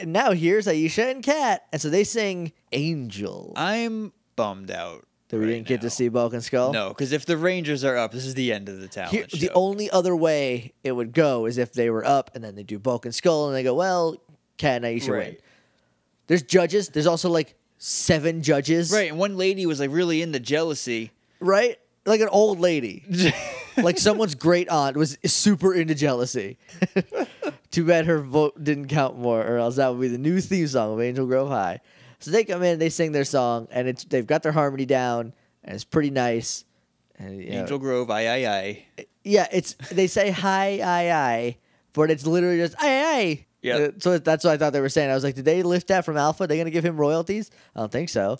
B: and now here's aisha and kat and so they sing angel
A: I'm bummed out.
B: that we
A: right
B: didn't get
A: now.
B: to see Balkan Skull.
A: No, because if the Rangers are up, this is the end of the talent
B: Here-
A: show.
B: the only other way it would go is if they were up and then they do Bulk and Skull and they go, well, Kat and Aisha win.
A: Right.
B: There's judges. There's also like seven judges.
A: right, and one lady was like really into jealousy.
B: Right? Like an old lady. like someone's great aunt was super into jealousy. Too bad her vote didn't count more, or else that would be the new theme song of Angel Grove High. So they come in, they sing their song, and it's they've got their harmony down, and it's pretty nice. And, you know,
A: Angel Grove, I, I, I.
B: yeah, it's they say hi, I, I, but it's literally just I, I.
A: Yeah.
B: Uh, So that's what I thought they were saying. I was like, did they lift that from Alpha? Are they gonna give him royalties? I don't think so.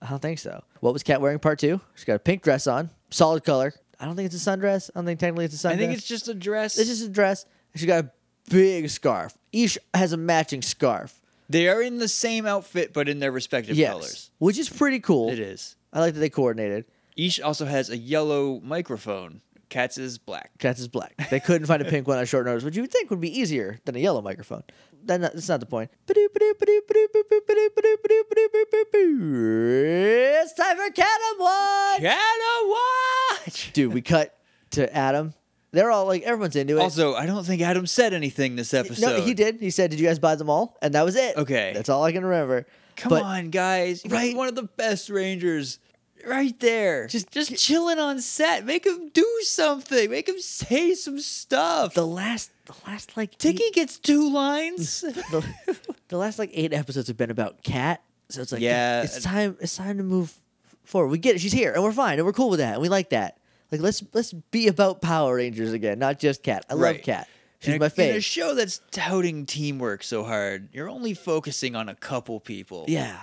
B: I don't think so. What was Cat wearing? Part two. She's got a pink dress on, solid color. I don't think it's a sundress. I don't think technically it's a sundress.
A: I think it's just a dress.
B: It's just a dress. and She got a big scarf. Each has a matching scarf.
A: they are in the same outfit, but in their respective
B: yes,
A: colors.
B: which is pretty cool.
A: It is.
B: I like that they coordinated.
A: Each also has a yellow microphone. Katz is black.
B: Cats is black. They couldn't find a pink one on short notice, which you would think would be easier than a yellow microphone. Then that- that's not the point. It's time for Catam Watch.
A: Can I watch?
B: Dude, we cut to Adam. They're all like, everyone's into it.
A: Also, I don't think Adam said anything this episode.
B: no, he did. He said, "Did you guys buy them all?" And that was it.
A: Okay.
B: that's all I can remember.
A: Come
B: But-
A: on, guys. Right,
B: Right.
A: one of the best Rangers. Right there. Just
B: Just-
A: just chilling on set. Make him do something. Make him say some stuff.
B: the last the last like
A: Tiki gets two lines.
B: eight- the, the last like eight episodes have been about cat so it's like
A: Yeah.
B: it's time it's time to move forward we get it she's here and we're fine and we're cool with that and we like that like let's let's be about power rangers again not just cat i
A: Right.
B: love cat
A: In
B: she's
A: a-
B: my
A: In a
B: favorite
A: show that's touting teamwork so hard, you're only focusing on a couple people.
B: yeah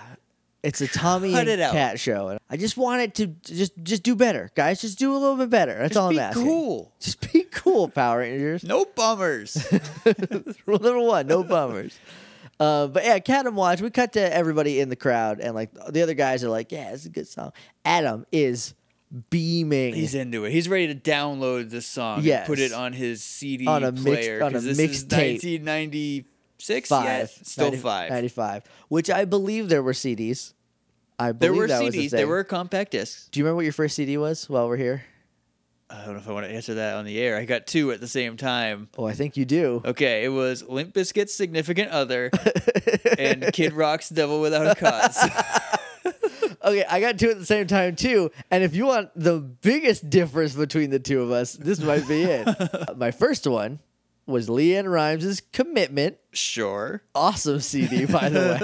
B: it's a tommy
A: Cut
B: and
A: it out.
B: cat show and i just want it to to just just do better guys just do a little bit better that's
A: Just
B: all
A: be
B: i'm asking
A: cool.
B: just be cool power rangers
A: No bummers.
B: Rule number one, no bummers. Uh, but yeah, Cat and Watch. We cut to everybody in the crowd, and like the other guys are like, "Yeah, it's a good song." Adam is beaming
A: He's into it. He's ready to download this song. Yeah.
B: Yes.
A: Put it on his CD
B: On a mix-
A: player.
B: on a
A: 'cause this is
B: mixtape.
A: 1996.
B: five,
A: yet? Still
B: 90
A: five.
B: 95, which I believe there were CDs. I believe
A: There were
B: that was a
A: CDs. There
B: thing.
A: were compact discs.
B: Do you remember what your first CD was? While we're here,
A: I don't know if I want to answer that on the air. I got two at the same time.
B: oh, I think you do.
A: Okay, it was Limp Bizkit's Significant Other and Kid Rock's Devil Without a Cause.
B: Okay, I got two at the same time too. And if you want the biggest difference between the two of us, this might be it. My first one was Leanne Rhymes' "Commitment."
A: sure.
B: awesome CD, by the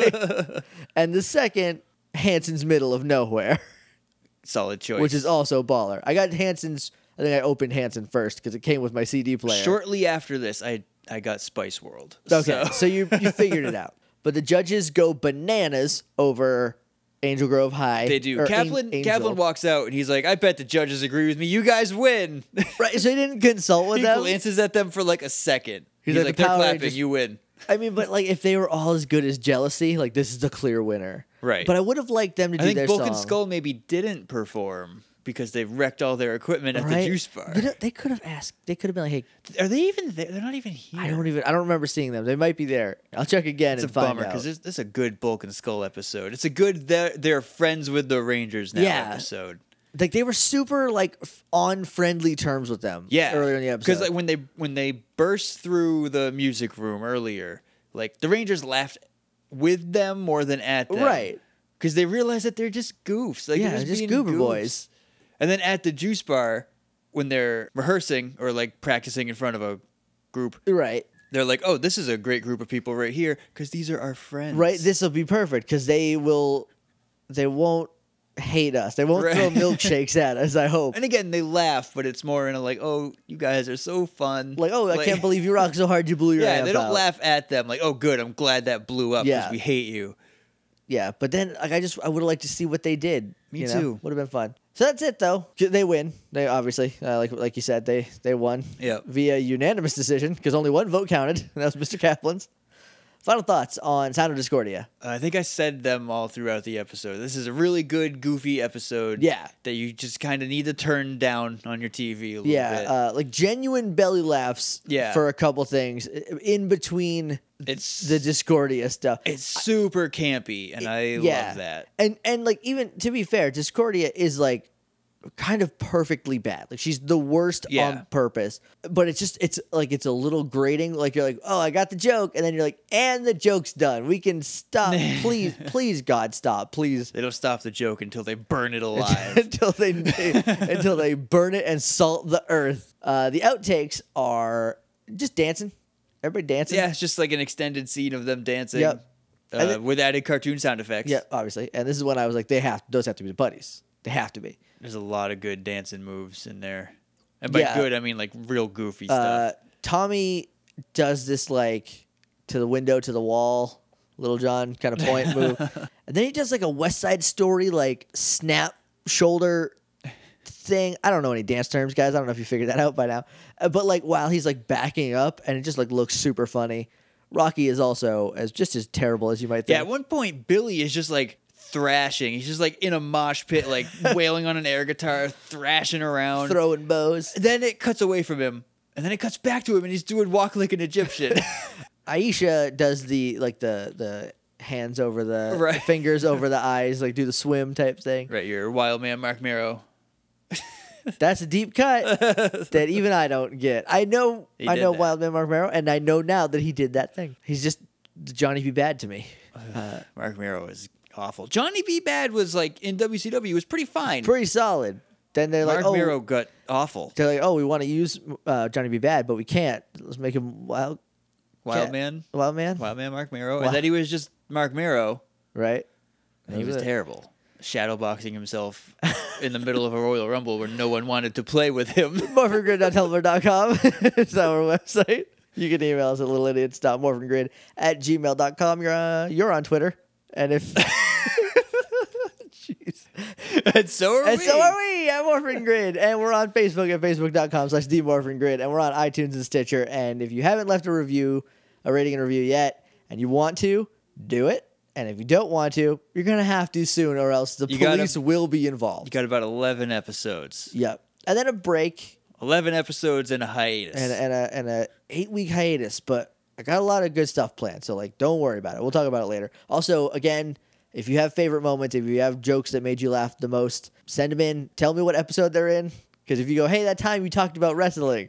B: way. and the second, Hanson's Middle of Nowhere,
A: Solid choice.
B: which is also baller. I got Hanson's. I think I opened Hanson first because it came with my CD player.
A: Shortly after this, I I got Spice World.
B: Okay,
A: So-
B: so you you figured it out. But the judges go bananas over Angel Grove High.
A: they do.
B: or An-
A: Kaplan
B: Angel.
A: Kaplan walks out and he's like, I bet the judges agree with me. You guys win.
B: Right, so he didn't consult with
A: he
B: them.
A: glances at them for like a second. He's,
B: He's
A: like,
B: like, "The
A: they're
B: Power
A: clapping,
B: Rangers-
A: you win.
B: I mean, but like if they were all as good as Jealousy, like this is the clear winner.
A: Right.
B: But I would have liked them to
A: I
B: do
A: think
B: their
A: Bulk and
B: song.
A: Skull maybe didn't perform because they wrecked all their equipment at
B: right?
A: the juice bar.
B: You know, they could have asked. They could have been like, "Hey,
A: Are they even there? They're not even here.
B: I don't even. I don't remember seeing them. They might be there. I'll check again
A: It's a
B: and find
A: bummer
B: out.
A: because this, this is a good Bulk and Skull episode. It's a good they're, they're friends with the Rangers now
B: Yeah.
A: episode.
B: Like they were super like f- on friendly terms with them.
A: Yeah,
B: earlier in the episode.
A: Because like when they when they burst through the music room earlier, like the Rangers laughed with them more than at them,
B: Right.
A: Because they realized that they're just goofs. Like
B: yeah,
A: they're just,
B: just
A: being
B: goober
A: goofs.
B: boys.
A: And then at the juice bar, when they're rehearsing or like practicing in front of a group,
B: Right,
A: they're like, "Oh, this is a great group of people right here because these are our friends."
B: right. This will be perfect because they will. They won't hate us. They won't
A: Right.
B: throw milkshakes at us. I hope.
A: And again, they laugh, but it's more in a like, "Oh, you guys are so fun."
B: Like, oh, I can't believe you rock so hard you blew your.
A: Yeah,
B: amp
A: they don't
B: out.
A: laugh at them. Like, "Oh, good, I'm glad that blew up because
B: Yeah.
A: we hate you."
B: Yeah, but then like I just I would have liked to see what they did.
A: Me
B: you know?
A: too.
B: Would have been fun. So that's it though. They win. They obviously uh, like like you said they they won.
A: Yep.
B: Via unanimous decision because only one vote counted. And that was Mr. Kaplan's. Final thoughts on Sound of Discordia.
A: I think I said them all throughout the episode. This is a really good, goofy episode.
B: Yeah.
A: That you just kind of need to turn down on your TV a little bit.
B: Yeah, uh, like genuine belly laughs.
A: Yeah.
B: For a couple things i- in between
A: it's
B: the Discordia stuff.
A: it's super campy, and I love that.
B: And and like even to be fair, Discordia is like kind of perfectly bad. Like she's the worst
A: Yeah.
B: on purpose. But it's just it's like it's a little grating. Like you're like, oh, I got the joke, and then you're like, and the joke's done. We can stop. please, please, God, stop, please.
A: They don't stop the joke until they burn it alive.
B: until they until they burn it and salt the earth. Uh, the outtakes are just dancing, Everybody dancing.
A: Yeah, it's just like an extended scene of them dancing
B: Yep.
A: uh,
B: And it-
A: with added cartoon sound effects.
B: Yeah, obviously. And this is when I was like, they have those have to be the buddies. They have to be.
A: There's a lot of good dancing moves in there. And by
B: Yeah.
A: good, I mean like real goofy
B: Uh,
A: stuff.
B: Tommy does this like to the window to the wall, Little John kind of point move, and then he does like a West Side Story like snap shoulder thing. I don't know any dance terms, guys. I don't know if you figured that out by now. Uh, but like while he's like backing up, and it just like looks super funny. Rocky is also as just as terrible as you might think.
A: Yeah, at one point, Billy is just like thrashing. He's just like in a mosh pit, like wailing on an air guitar, thrashing around.
B: throwing bows.
A: then it cuts away from him, and then it cuts back to him, and he's doing walk like an Egyptian.
B: Aisha does the like the the hands over the, the
A: Right.
B: fingers over the eyes, like do the swim type thing.
A: right, your wild man, Mark Miro.
B: That's a deep cut that even I don't get. I know
A: He
B: I
A: did
B: know
A: that.
B: Wildman Mark Marrow, and I know now that he did that thing. He's just Johnny be bad to me. Uh,
A: Mark Miro is awful. Johnny B. Bad was like in WCW, he was pretty fine.
B: Pretty solid. Then they're
A: Mark
B: like, oh,
A: Miro got awful.
B: they're like, oh, we want to use uh, Johnny be bad, but we can't. Let's make him wild,
A: Wild
B: Cat-
A: man,
B: wild man,
A: wild man, Mark Miro,
B: Wild-
A: and then he was just Mark Miro,
B: right?
A: and he
B: That was
A: was
B: it.
A: terrible. Shadow boxing himself in the middle of a Royal Rumble where no one wanted to play with him.
B: morphingrid.tumblr.com is our website. You can email us at littleidiots.morphingrid at gmail.com. You're, uh, you're on Twitter. And if. Jeez.
A: and so are
B: And
A: we.
B: so are we at Morphin Grid. And we're on Facebook at facebook.com slash Grid. And we're on iTunes and Stitcher. And if you haven't left a review, a rating and review yet, and you want to, do it. And if you don't want to, you're going to have to soon, or else the
A: You gotta-
B: police will be
A: You
B: involved.
A: got about 11 episodes.
B: Yep. And then a break.
A: 11 episodes and a hiatus.
B: and uh, and a and a eight week hiatus, but I got a lot of good stuff planned. So like, don't worry about it. We'll talk about it later. Also, again, if you have favorite moments, if you have jokes that made you laugh the most, send them in. Tell me what episode they're in. Because if you go, hey, that time you talked about wrestling,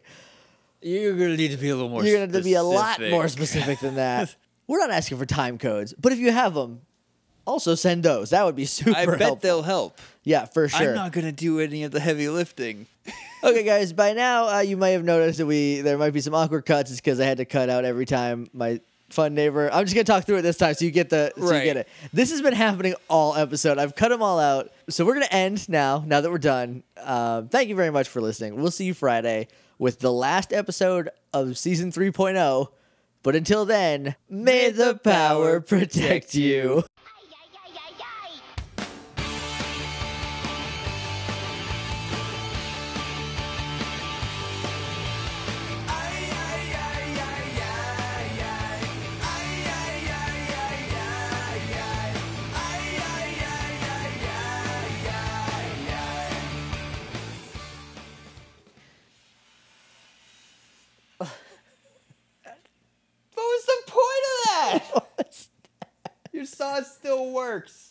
A: You're going to need to be a little more
B: you're gonna have to be a lot
A: specific.
B: more specific than that. We're not asking for time codes, but if you have them, also send those. That would be super.
A: I bet
B: helpful.
A: they'll help.
B: Yeah, for sure.
A: I'm not going to do any of the heavy lifting.
B: Okay, guys. By now, uh, you might have noticed that we there might be some awkward cuts. It's because I had to cut out every time my fun neighbor. I'm just gonna talk through it this time, so you get the so you
A: Right.
B: get it. This has been happening all episode. I've cut them all out. So we're gonna end now. Now that we're done, um, thank you very much for listening. We'll see you Friday with the last episode of season 3.0. But until then, may the power protect you.
D: Ay, ay, ay, ay, ay.
A: What was the point of that? Your sauce still works.